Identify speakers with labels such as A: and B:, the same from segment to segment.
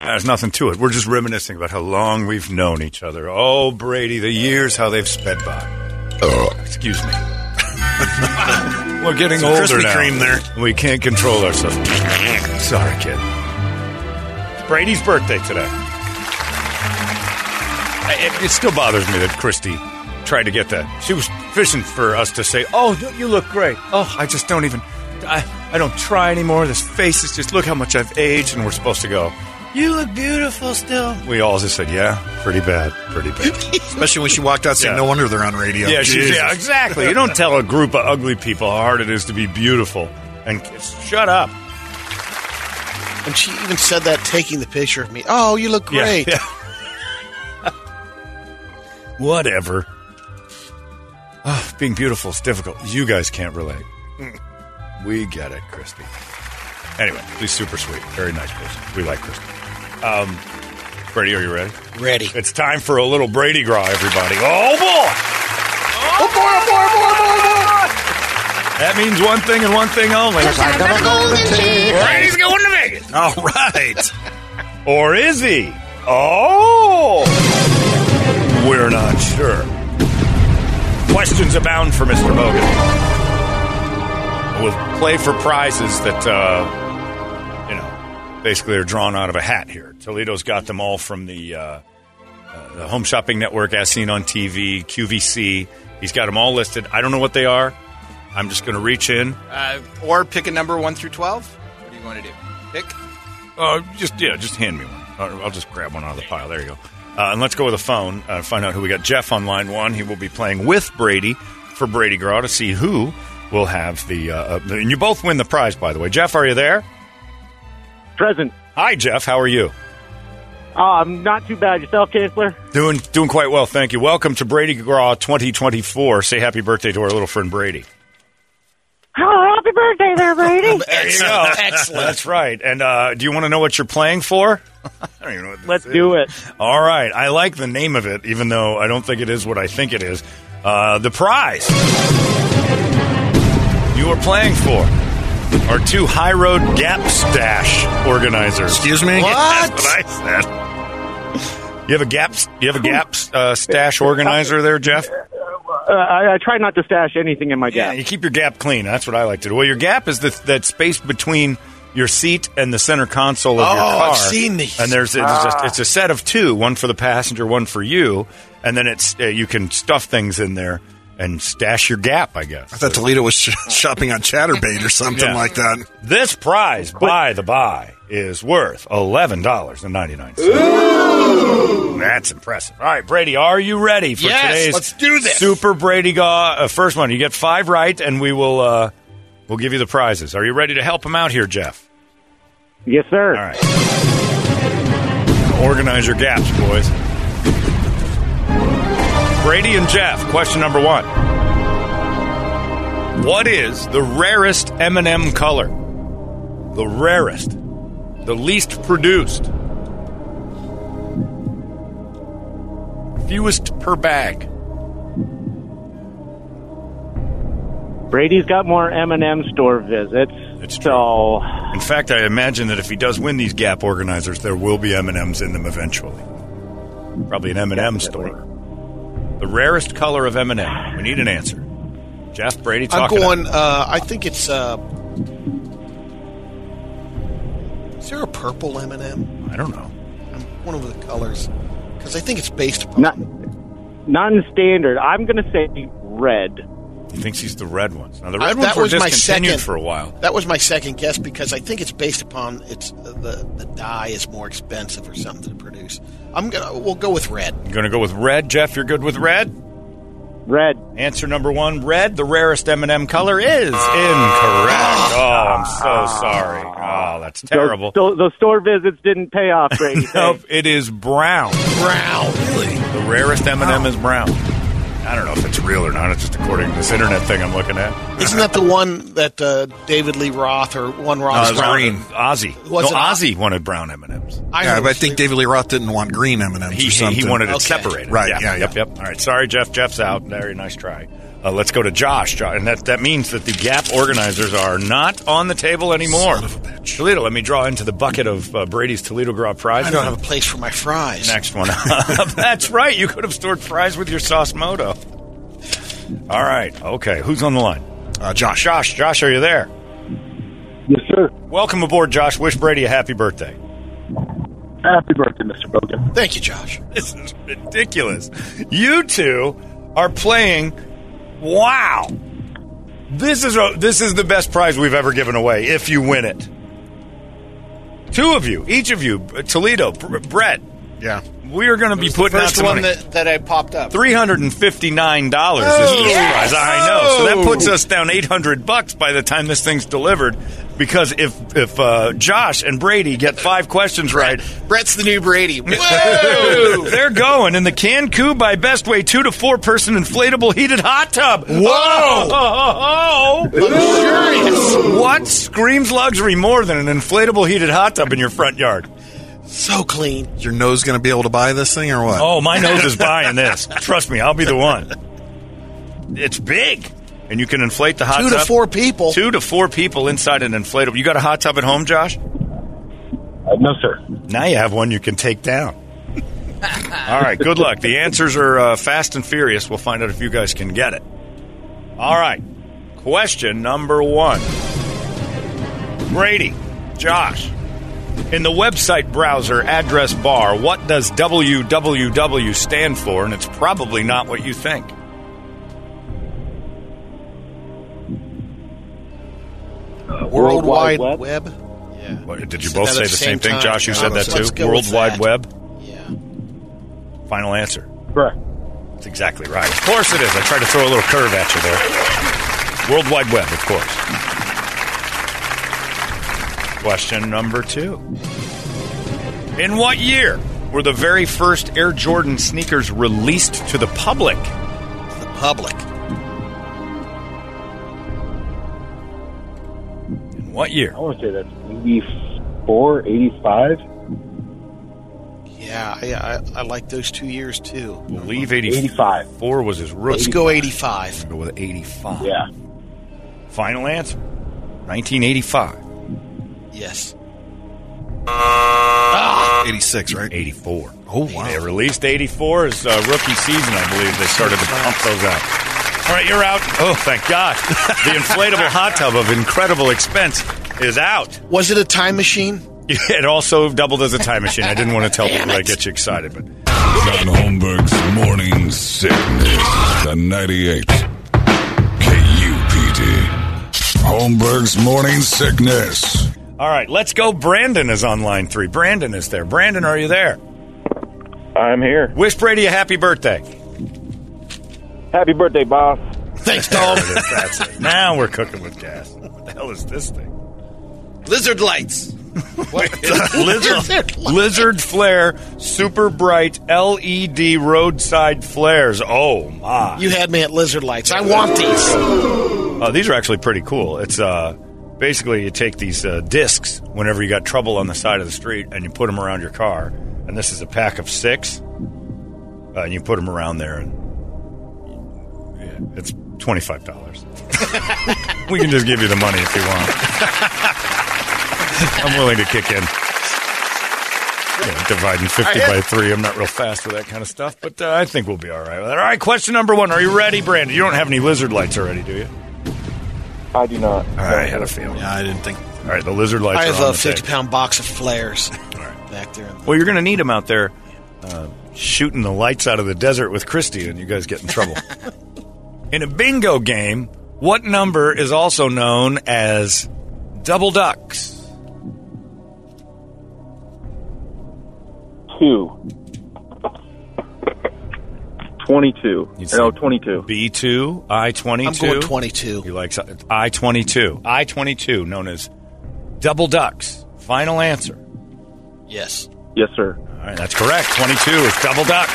A: There's nothing to it. We're just reminiscing about how long we've known each other. Oh, Brady, the years, how they've sped by. Excuse me. We're getting
B: Some
A: older
B: Krispy
A: now.
B: Kreme there.
A: We can't control ourselves. Sorry, kid. It's Brady's birthday today. I- It, it still bothers me that Christy tried to get that. She was fishing for us to say, "Oh, no, you look great." Oh, I just don't even. I, I don't try anymore. This face is just look how much I've aged, and we're supposed to go. You look beautiful still. We all just said, "Yeah, pretty bad, pretty bad."
B: Especially when she walked out saying,
A: Yeah.
B: no wonder they're on radio.
A: Yeah, she's,
B: Jesus.
A: yeah, exactly. You don't tell a group of ugly people how hard it is to be beautiful. And shut up.
C: And she even said that taking the picture of me. Oh, you look
A: Yeah,
C: great.
A: yeah. Whatever. Ah, being beautiful is difficult. You guys can't relate. We get it, Christy. Anyway, she's super sweet. Very nice person. We like Christy. Um, Brady, are you ready?
C: Ready.
A: It's time for a little Brady Gras, everybody. Oh, boy! Oh, boy, oh, boy, oh, boy, oh, boy, oh, boy. That means one thing and one thing only. Brady's going to Vegas.
B: All right.
A: Or is he? Oh! We're not sure. Questions abound for Mr. Bogan. We'll play for prizes that, uh, you know, basically are drawn out of a hat here. Toledo's got them all from the, uh, uh, the Home Shopping Network, as seen on TV, QVC. He's got them all listed. I don't know what they are. I'm just going to reach in.
D: Uh, or pick a number one through twelve. What do you want to do? Pick.
A: Uh, just yeah, just hand me one. Uh, I'll, I'll just grab one out of the pile. There you go. Uh, and let's go with a phone. Uh, find out who we got. Jeff on line one. He will be playing with Brady for Brady Graw to see who will have the. Uh, uh, and you both win the prize, by the way. Jeff, are you there?
E: Present.
A: Hi, Jeff. How are you?
E: Um, not too bad. Yourself, Chancellor?
A: Doing doing quite well, thank you. Welcome to Brady Graw 2024. Say happy birthday to our little friend Brady.
E: Oh, happy birthday there, Brady.
A: There you go. Excellent. That's right. And uh, do you want to know what you're playing for? I don't even know what this
E: Let's
A: is.
E: do it.
A: All right. I like the name of it, even though I don't think it is what I think it is. Uh, the prize you are playing for are two High Road Gap Stash organizers.
B: Excuse me?
A: That's what I said. You have a gap. You have a gap uh, stash organizer there, Jeff.
E: Uh, I, I try not to stash anything in my
A: Yeah,
E: gap.
A: you keep your gap clean. That's what I like to do. Well, your gap is the, that space between your seat and the center console of your
B: Oh,
A: car.
B: I've seen Ah. these.
A: And there's, there's a, it's a set of two, one for the passenger, one for you, and then it's uh, you can stuff things in there and stash your gap, I guess.
B: I thought Toledo was sh- shopping on Chatterbait or something
A: Yeah.
B: like that.
A: This prize, by the by, is worth eleven dollars and ninety nine cents. That's impressive. All right, Brady, are you ready for
D: Yes,
A: today's
D: let's do this.
A: Super Brady Gaw uh, first one? You get five right, and we will uh, we'll give you the prizes. Are you ready to help him out here, Jeff?
E: Yes, sir.
A: All right. Organize your gaps, boys. Brady and Jeff, question number one. What is the rarest M&M color? The rarest, the least produced, fewest per bag.
E: Brady's got more M&M store visits.
A: It's true.
E: so,
A: In fact, I imagine that if he does win these Gap organizers, there will be M and M's in them eventually. Probably an M and M store. The rarest color of M and M. We need an answer. Jeff Brady,
C: I'm
A: talk it up.
C: going. Uh, I think it's. Uh, is there a purple M and m
A: I don't know.
C: I'm one of the colors because I think it's based upon.
E: not, non-standard. I'm going to say red.
A: He thinks he's the red ones. Now the
C: I-
A: red ones
C: Uh, that
A: were
C: was my
A: discontinued
C: second
A: for a while.
C: That was my second guess because I think it's based upon it's uh, the the dye is more expensive or something to produce. I'm gonna we'll go with red.
A: You're going to go with red, Jeff. You're good with red.
E: Red.
A: Answer number one, red. The rarest M&M color is incorrect.
C: Ah.
A: Oh, I'm so sorry. Oh, that's terrible.
E: Those, those store visits didn't pay off, Brady.
A: Nope, it is brown.
C: Brown. Really?
A: The rarest M&M is brown. I don't know if it's real or not. It's just according to this internet thing I'm looking at.
C: Isn't that the one that uh, David Lee Roth or one
A: Oh,
C: Roth?
B: No, it's green.
A: Uh, Ozzy.
C: Was
A: no,
C: it-
A: Ozzy wanted brown M&Ms.
C: I
B: yeah,
C: heard
B: but I
C: it's
B: think
C: the-
B: David Lee Roth didn't want green M and M's
A: He,
B: or
A: he,
B: something.
A: he wanted it
C: Okay.
A: separated.
B: Right,
A: Yeah,
B: yeah,
A: Yep.
B: yeah.
A: Yep. All right. Sorry, Jeff. Jeff's out. Very nice try. Uh, let's go to Josh. Jo- And that, that means that the gap organizers are not on the table anymore.
B: Son of a bitch.
A: Toledo, let me draw into the bucket of uh, Brady's Toledo Gras Prize.
C: I don't have a place for my fries.
A: Next one up. That's right. You could have stored fries with your sauce moto. All right. Okay. Who's on the line?
B: Uh, Josh.
A: Josh. Josh, are you there?
F: Yes, sir.
A: Welcome aboard, Josh. Wish Brady a happy birthday.
F: Happy birthday, Mr. Bogan.
C: Thank you, Josh.
A: This is ridiculous. You two are playing. Wow. This is a, this is the best prize we've ever given away. If you win it, two of you, each of you, Toledo, Br- Brett,
B: Yeah.
A: we are going to be putting out
D: First
A: some
D: one
A: money.
D: that, that I popped up.
A: Three hundred and fifty-nine dollars is the prize. I know. So that puts us down eight hundred bucks by the time this thing's delivered. Because if if uh, Josh and Brady get five questions right,
C: Brett's the new Brady.
A: they're going in the Cancun by Best Way two to four person inflatable heated hot tub. Whoa! What screams luxury more than an inflatable heated hot tub in your front yard?
C: so clean.
B: Your nose going to be able to buy this thing or what?
A: Oh, my nose is buying this. Trust me, I'll be the one. It's big, and you can inflate the hot
C: Two
A: tub.
C: to four people.
A: Two to four people inside an inflatable. You got a hot tub at home, Josh?
F: Uh, no, sir.
A: Now you have one you can take down. All right, good luck. The answers are uh, fast and furious. We'll find out if you guys can get it. All right, question number one Brady, Josh, in the website browser address bar, what does www stand for? And it's probably not what you think.
C: World Wide
E: Web.
C: Web.
A: What- Did you
C: Said
A: both
C: that
A: say
C: at
A: the
C: the
A: same
C: same
A: thing,
C: time.
A: Josh? You
C: Yeah,
A: said that
C: let's- let's
A: too?
C: go with
A: World Wide
C: that.
A: Web?
C: Yeah.
A: Final answer.
F: Correct.
A: That's exactly right. Of course it is. I tried to throw a little curve at you there. World Wide Web, of course. Question number two. In what year were the very first Air Jordan sneakers released to the public?
C: The public.
A: In what year?
F: I want to say that's 84, 85.
C: Yeah, I, I, I like those two years too.
A: I believe 84
F: 85.
A: was his
C: Let's
A: rookie.
C: go 85.
A: Go with 85.
F: Yeah.
A: Final answer 1985.
C: Yes.
B: 86, right?
A: 84. Oh, wow. They released 84 as uh, rookie season, I believe. They started to pump those out. All right, you're out. Oh, thank God. The inflatable hot tub of incredible expense is out.
C: Was it a time machine?
A: It also doubled as a time machine. I didn't want to tell people I get you excited, but
G: John Holmberg's Morning Sickness. The 98. KUPD. Holmberg's Morning Sickness.
A: all right, let's go. Brandon is on line three. Brandon is there. Brandon, are you there?
E: I'm here.
A: Wish Brady a happy birthday.
E: Happy birthday, boss.
C: Thanks,
A: Oh.
C: Tom.
A: That's it. Now we're cooking with gas. What the hell is this thing?
D: Lizard lights.
A: Lizard, lizard flare, super bright LED roadside flares. Oh my!
C: you had me at lizard lights. I want these.
A: Uh, these are actually pretty cool. It's uh, basically you take these uh, discs whenever you got trouble on the side of the street, and you put them around your car. And this is a pack of six, uh, and you put them around there, and yeah, it's twenty five dollars. we can just give you the money if you want. I'm willing to kick in. Yeah, dividing 50 by 3. I'm not real fast with that kind of stuff, but uh, I think we'll be all right with that. All right, question number one. Are you ready, Brandon? You don't have any lizard lights already, do you?
F: I do not.
A: I had a feeling.
B: Yeah, I didn't think.
A: All right, the lizard lights
C: I
A: are
C: have
A: on
C: a
A: the
C: 50
A: table.
C: pound box of flares back there. In the-
A: Well, you're going to need them out there uh, shooting the lights out of the desert with Christy, and you guys get in trouble. In a bingo game, what number is also known as double ducks?
F: Two. 22.
A: You'd
F: No,
A: say-
F: 22.
A: B2, I-22.
C: I'm going
A: He
C: 22.
A: likes uh, I 22. I 22, known as double ducks. Final answer.
C: Yes.
F: Yes, sir.
A: All right, that's correct. 22 is double duck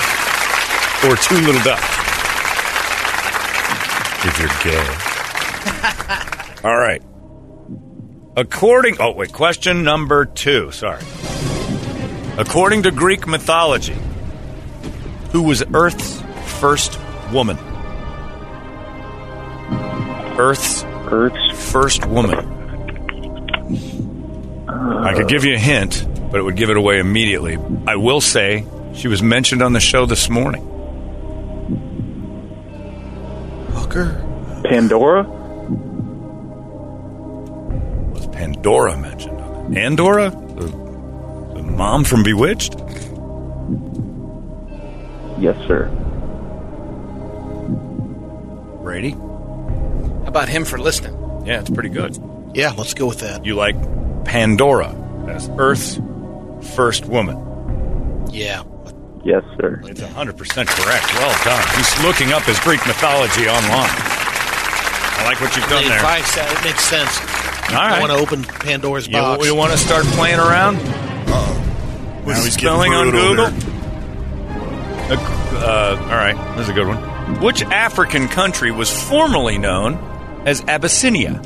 A: or two little ducks. If you're gay. All right. According. Oh, wait. Question number two. Sorry. According to Greek mythology, who was Earth's first woman? Earth's
F: Earth's
A: first woman? I could give you a hint, but it would give it away immediately. I will say she was mentioned on the show this morning.
C: Hooker.
F: Pandora?
A: Was Pandora mentioned? on it? Andorra, the, the mom from Bewitched.
F: Yes, sir.
A: Brady.
D: How about him for listening?
A: Yeah, it's pretty good.
C: Yeah, let's go with that.
A: You like Pandora as Earth's first woman.
C: Yeah.
F: Yes, sir.
A: It's 100% correct. Well done. He's looking up his Greek mythology online. I like what you've done there.
C: Five cent. It makes sense.
A: All
C: I want
A: right.
C: to open Pandora's
A: You,
C: box.
A: you want to start playing around? Now he's spelling on Google. Uh, all right, this is a good one. Which African country was formerly known as Abyssinia?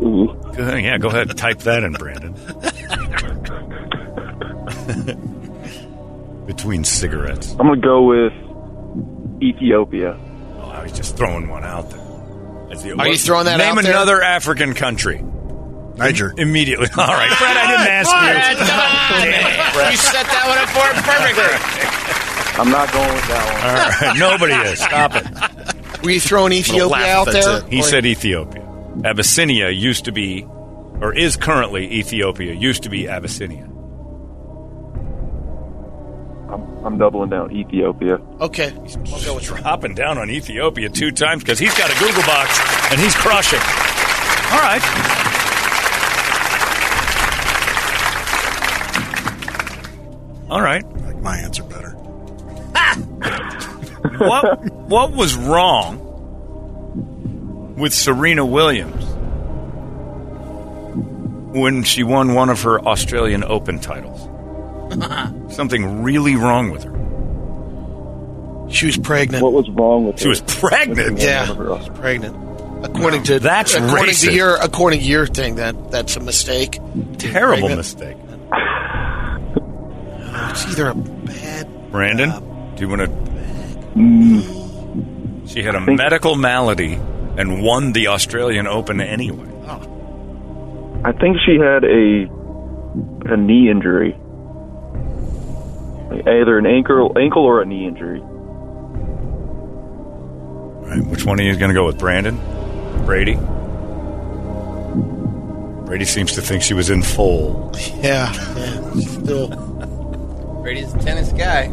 F: Ooh.
A: Go- yeah, go ahead and type that in, Brandon. Between cigarettes.
F: I'm going to go with Ethiopia.
A: Oh, I was just throwing one out there. As the-
C: Are you throwing that
A: Name
C: out there?
A: another African country.
B: Niger.
A: Immediately. All right, Fred, I didn't ask you. Damn it, Fred.
D: You set that one up for him perfectly.
F: I'm not going with that
A: All right, nobody is. Stop it.
C: Were you throwing Ethiopia
B: laugh if
C: out
B: that's
C: there?
B: it.
A: He
C: Or-
A: said Ethiopia. Abyssinia used to be, or is currently Ethiopia, used to be Abyssinia.
F: one. I'm, I'm doubling down. Ethiopia.
C: Okay. We'll go with that.
A: Hopping down on Ethiopia two times because he's got a Google box and he's crushing. All right. All right.
B: I like my answer better.
A: What what was wrong with Serena Williams when she won one of her Australian Open titles? Something really wrong with her.
C: She was pregnant.
F: What was wrong with
A: She was pregnant.
C: yeah.
F: She was
C: Pregnant. According to
A: That's
C: according
A: racist.
C: to your according to your thing that that's a mistake.
A: Terrible
C: Pregnant.
A: mistake.
C: It's either a bad
A: Brandon,
C: uh,
A: do you want to?
C: Mm.
A: She had a medical malady and won the Australian Open anyway.
F: I think she had a a knee injury, Like, either an ankle ankle or a knee injury.
A: All right, which one of you is going to go with Brandon? Brady? Brady seems to think she was in full.
C: yeah, yeah. Still
D: Brady's the tennis guy.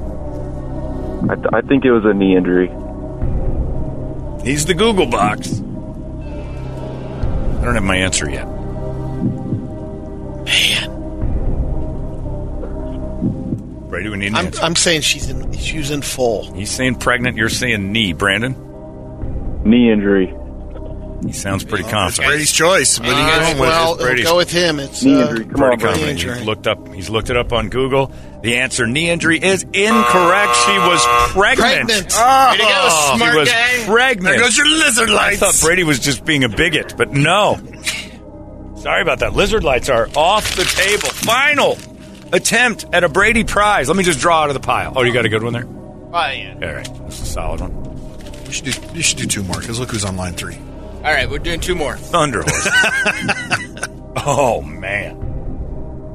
F: I, th- I think it was a knee injury.
A: He's the Google box. I don't have my answer yet.
C: man.
A: Brady, we need an
C: I'm
A: answer.
C: I'm saying she's in she was in full.
A: He's saying pregnant. You're saying knee. Brandon,
F: Knee injury.
A: he sounds pretty
B: It's
A: confident.
B: Brady's choice. What are you
C: Uh,
B: going with?
C: well,
A: Brady's-
C: go with him. It's
F: Knee
C: uh,
F: injury. Come
A: pretty
F: on, Brady.
A: confident.
C: injury.
A: He's looked up. He's looked it up on Google. The answer, knee injury, is incorrect. She was pregnant.
C: pregnant.
D: Way to go, smart
A: she was
D: guy.
A: pregnant.
B: There goes your lizard
A: I
B: lights.
A: thought Brady was just being a bigot, but no. Sorry about that. Lizard lights are off the table. Final attempt at a Brady prize. Let me just draw out of the pile. Oh, you got a good one there.
D: Oh, yeah.
A: All right, that's a solid one.
B: You should, do, you should do two more because look who's on line three.
D: All right, we're doing two more.
A: Thunder horse. oh man.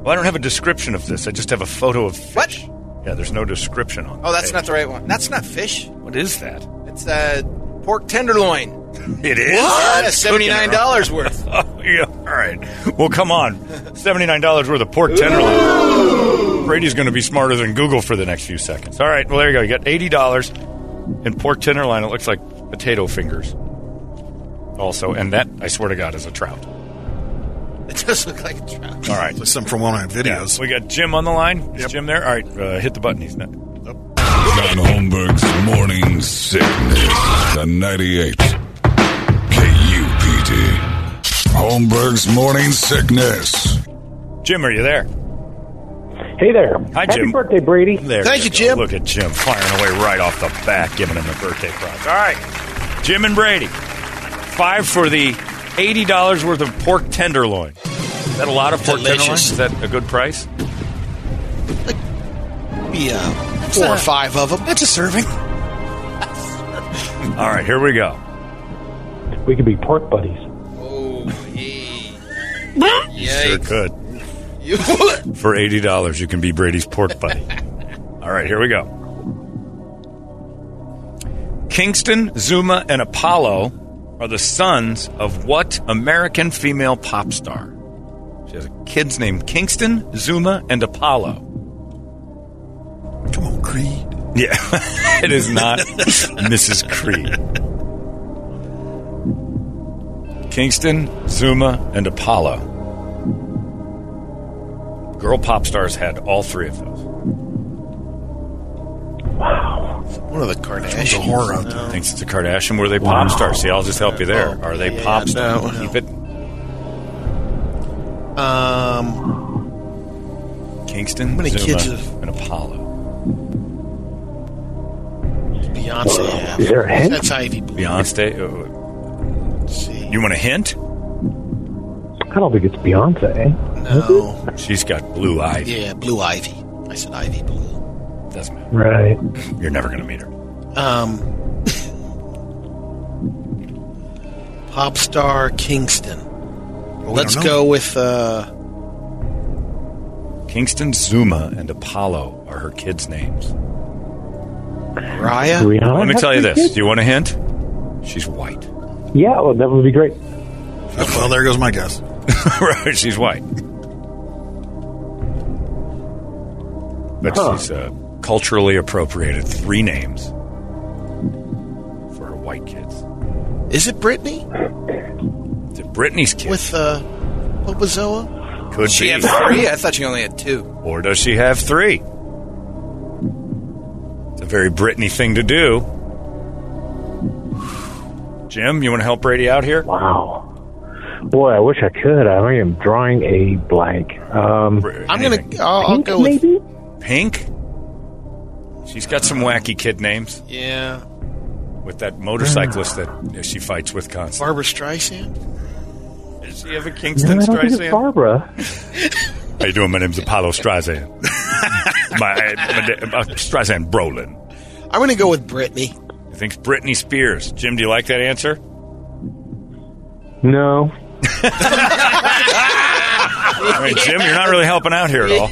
A: Well, I don't have a description of this. I just have a photo of fish.
D: What?
A: Yeah, there's no description on.
D: Oh, that's
A: the
D: not the right one. That's not fish.
A: page. What is that?
D: It's uh, pork tenderloin.
A: It is.
D: Yeah, Seventy-nine dollars worth.
A: Oh, yeah. All right. Well, come on. Seventy-nine dollars worth of pork tenderloin. Brady's going to be smarter than Google for the next few seconds. All right. Well, there you go. You got eighty dollars. And pork tenderloin, it looks like potato fingers. Also, and that, I swear to God, is a trout. All
C: It does look like a trout.
A: right.
B: Like some from one of my videos.
A: We got Jim on the line. Is
B: Yep.
A: Jim there? All right, uh, hit the button. He's not.
G: Don Holmberg's Morning Sickness. The 98. KUPD. Holmberg's Morning Sickness.
A: Jim, are you there?
E: Hey there.
A: Hi,
E: Happy
A: Jim.
E: birthday, Brady.
A: There.
C: Thank you,
A: go.
C: Jim.
A: Look at Jim firing away right off the bat, giving him the birthday prize. All right, Jim and Brady, five for the eighty dollars worth of pork tenderloin. Is that a lot of pork tenderloin?
C: Delicious.
A: Is that a good price?
C: Be, uh, four or five of them.
B: That's a serving.
A: All right, here we go.
E: We could be pork buddies.
D: Oh, hey.
A: Sure
D: Yikes.
A: could. For eighty dollars, you can be Brady's pork buddy. All right, here we go. Kingston, Zuma, and Apollo are the sons of what American female pop star? She has kids named Kingston, Zuma, and Apollo.
B: Come on, Creed.
A: Yeah, it is not Mrs. Creed. Kingston, Zuma, and Apollo. Girl pop stars had all three of those.
C: One of the
B: There's a
C: Kardashians.
B: horror out there.
A: Thanks to Kardashian, were they pop stars? See, I'll just help you there. Are they
C: Oh, Yeah,
A: pop stars?
C: no, no.
A: Keep it.
C: Um,
A: Kingston,
C: many
A: Zuma,
C: kids have-
A: and Apollo.
C: Beyonce. Have.
E: Is there a hint?
C: That's Ivy Blue.
A: Beyonce. uh,
C: Let's see.
A: You want a hint?
E: I don't think it's Beyonce.
C: no.
A: She's got blue eyes.
C: Yeah, Blue Ivy. I said Ivy Blue.
A: Doesn't matter.
E: Right.
A: You're never going to meet her.
C: Um, pop star Kingston.
B: Well, we
C: Let's
B: don't know.
C: go with. Uh,
A: Kingston, Zuma, and Apollo are her kids' names.
C: Raya?
E: Rihanna.
A: Let me
E: has
A: tell you
E: three
A: this. Do
E: kids?
A: you want a hint? She's white.
E: Yeah, well, that would be great.
B: Well, there goes my guess.
A: right, she's white. But
E: Huh.
A: she's uh, culturally appropriated three names for her white kids.
C: Is it Brittany
A: Is it Britney's kids?
C: with uh, Obazoa?
A: Could
D: She
A: be.
D: had three? I thought she only had two.
A: Or does she have three? It's a very Britney thing to do. Jim, you want to help Brady out here?
E: Wow. Boy, I wish I could. I am drawing a blank. Um,
A: Br-
C: I'm gonna.
A: anything.
C: I'll, I'll
E: pink,
C: go with.
E: maybe?
A: Pink? She's got some wacky kid names
C: Yeah,
A: with that motorcyclist that she fights with constantly.
C: Barbara Streisand.
A: Does she have a
E: No,
A: Kingston
E: I don't think it's Barbara.
A: How you doing? My name's Apollo Streisand. my, my, na- uh, Streisand Brolin.
C: I'm gonna go with Brittany.
A: I think it's Britney Spears. Jim, do you like that answer?
E: No.
A: All right, Jim, you're not really helping out here at all.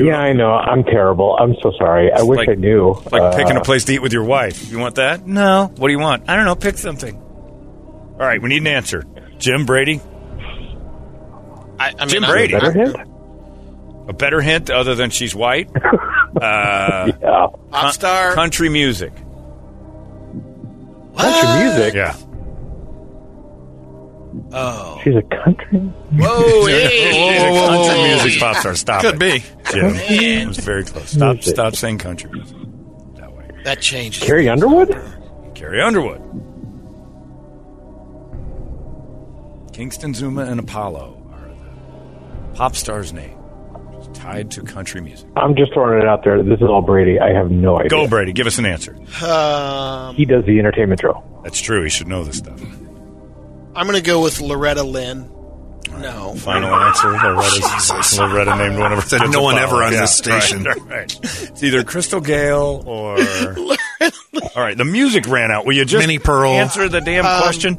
E: Yeah, I know. I'm terrible. I'm so sorry. I wish
A: like-
E: I knew. uh,
A: It's like picking a place to eat with your wife. You want that? No. What do you want? I don't know. Pick something. All right, we need an answer. Jim Brady.
C: I, I mean,
A: Jim
C: I'm-
A: Brady.
E: Better hint?
A: A better hint other than she's white. Uh,
E: Yeah.
C: Pop star.
A: country music.
E: Country music.
A: Yeah.
C: Oh,
E: She's a country.
D: Whoa,
A: She's
D: hey.
A: a country music pop star. Stop
B: Could
A: it.
B: be.
A: Jim. It was very close. Stop.
E: Music.
A: Stop saying country music. That way.
C: that changes.
E: Carrie Underwood?
A: Carrie Underwood. Kingston Zuma and Apollo are the pop star's name. It's tied to country music.
E: I'm just throwing it out there. This is all Brady. I have no idea.
A: Go, Brady. Give us an answer.
C: Um,
E: He does the entertainment drill.
A: That's true. He should know this stuff.
C: I'm gonna go with Loretta Lynn. No,
A: Final answer. Loretta's, Loretta named one of her.
B: Said
A: kids
B: no one
A: Apollo.
B: ever on this station.
A: Right, right. It's either Crystal Gale or. All right, the music ran out. Will you just
B: Minnie Pearl.
A: answer the damn
C: Um,
A: question?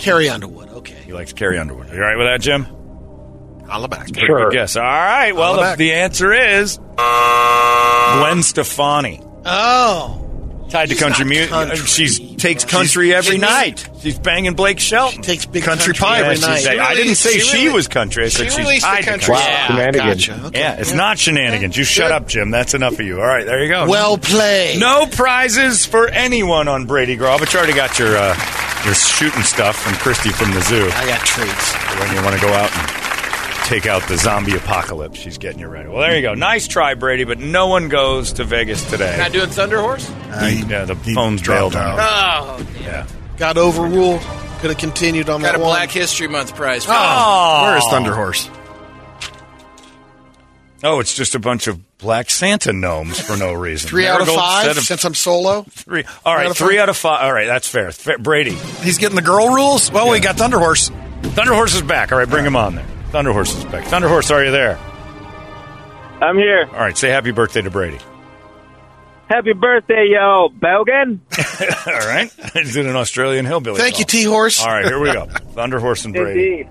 C: Carrie Underwood. Okay,
A: He likes Carrie Underwood. You all right with that, Jim?
C: holla back.
A: Pretty
E: Sure.
A: Good guess. All right. Well, the, the answer is Gwen Stefani.
C: Oh,
A: Tied to
C: He's
A: country
C: not
A: music.
C: country.
A: She takes country every night. She's banging Blake Shelton.
C: Takes big
B: Country
C: country,
B: pie
C: every
B: every
A: Yeah, she's
C: night.
A: like, I didn't say she was country. I said
D: she
A: she's
D: released the
A: tied to
D: country.
A: country.
C: Wow,
E: Shenanigans.
C: gotcha. Okay.
A: Yeah, it's not shenanigans. You shut up, Jim. That's enough of you. All right, there you go.
C: Well played.
A: No prizes for anyone on Brady Graw, but you already got your uh, your shooting stuff from Christy from the zoo.
C: I got treats.
A: When you want to go out and take out the zombie apocalypse, she's getting you ready. Well, there you go. Nice try, Brady, but no one goes to Vegas
D: Not
A: today. Uh,
D: doing Thunder Horse?
A: Yeah, the phone's
B: dropped
A: bailed out.
B: out.
D: Oh,
A: Yeah.
C: Got overruled. Could have continued on
D: got a
C: that one.
D: Black History Month prize. For
A: Oh,
B: Where is Thunder Horse?
A: Oh, it's just a bunch of black Santa gnomes for no reason.
C: Three out of
A: Marigold
C: five
A: set of
C: since I'm solo.
A: three. All right,
C: out of
A: three
C: five?
A: out of five. All right, that's fair. Fa- Brady,
B: He's getting the girl rules? Well, we got Thunder Horse.
A: Thunder Horse is back. All right, bring him on there. Thunder Horse is back. Thunder Horse, are you there?
F: I'm here.
A: All right, say happy birthday to Brady.
F: Happy birthday, yo, Bogan.
A: All right, is it an Australian hillbilly?
C: Thank
A: song?
C: you, T Horse.
A: All right, here we go. Thunder Horse and Brady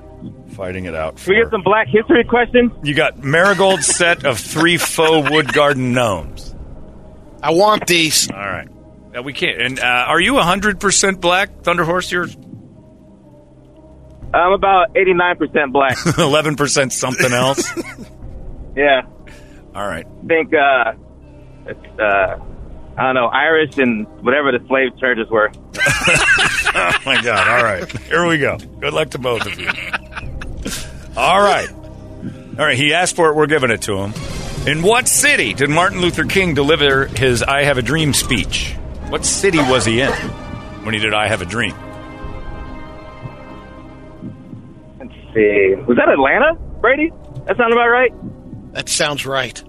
A: fighting it out.
F: We
A: for-
F: get some black history questions?
A: you got Marigold's set of three faux wood garden gnomes.
C: I want these.
A: All right, Uh, we can't. And uh, are you hundred percent black, Thunder Horse? You're
F: I'm about 89% black.
A: eleven percent something else.
F: yeah.
A: All right.
F: I think, uh, it's, uh, I don't know, Irish and whatever the slave churches were.
A: my God. All right. Here we go. Good luck to both of you. All right. All right. He asked for it. We're giving it to him. In what city did Martin Luther King deliver his I Have a Dream speech? What city was he in when he did I Have a Dream?
F: Let's see. Was that Atlanta, Brady? That sound about right?
C: That sounds right.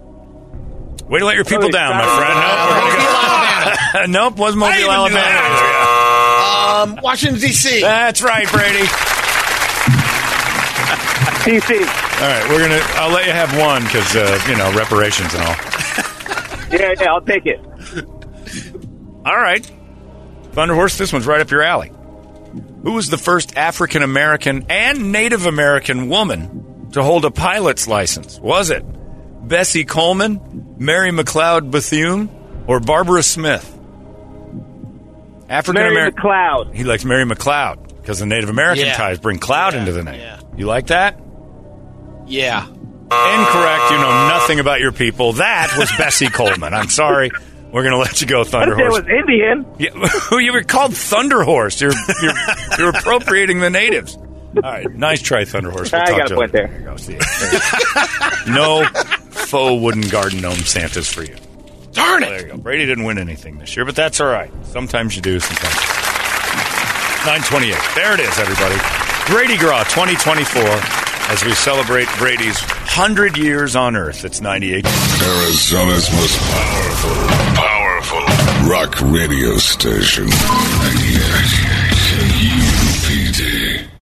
A: Way to let your people
F: Holy
A: down, my
F: crap.
A: friend. Nope, we're gonna go- nope was Mobile, Alabama.
C: Um, Washington D.C.
A: That's right, Brady.
F: TC.
A: All right, we're gonna. I'll let you have one because uh, you know reparations and all.
F: Yeah, yeah, I'll take it.
A: All right. Thunder Horse, this one's right up your alley. Who was the first African American and Native American woman to hold a pilot's license? Was it Bessie Coleman, Mary McLeod Bethune, or Barbara Smith? African
F: Mary
A: American.
F: McLeod.
A: He likes Mary McLeod because the Native American
C: Yeah.
A: ties bring cloud into the name.
C: yeah.
A: You like that?
C: Yeah.
A: Incorrect. You know nothing about your people. That was Bessie Coleman. I'm sorry. We're going to let you go,
F: I
A: Thunder
F: said it
A: Horse.
F: was Indian.
A: Yeah, you were called Thunder Horse. You're you're, you're appropriating the natives. All right, nice try, Thunder Horse. We'll
F: I
A: talk
F: got a
A: to
F: point
A: you.
F: there.
A: you go. See ya. There you go. no faux wooden garden gnome Santas for you.
C: Darn
A: There
C: it.
A: you go. Brady didn't win anything this year, but that's all right. Sometimes you do. Sometimes. Nine twenty-eight. There it is, everybody. Brady Graw, twenty twenty-four. As we celebrate Brady's hundred years on Earth, it's ninety-eight.
G: Arizona's most powerful, powerful rock radio station. 98.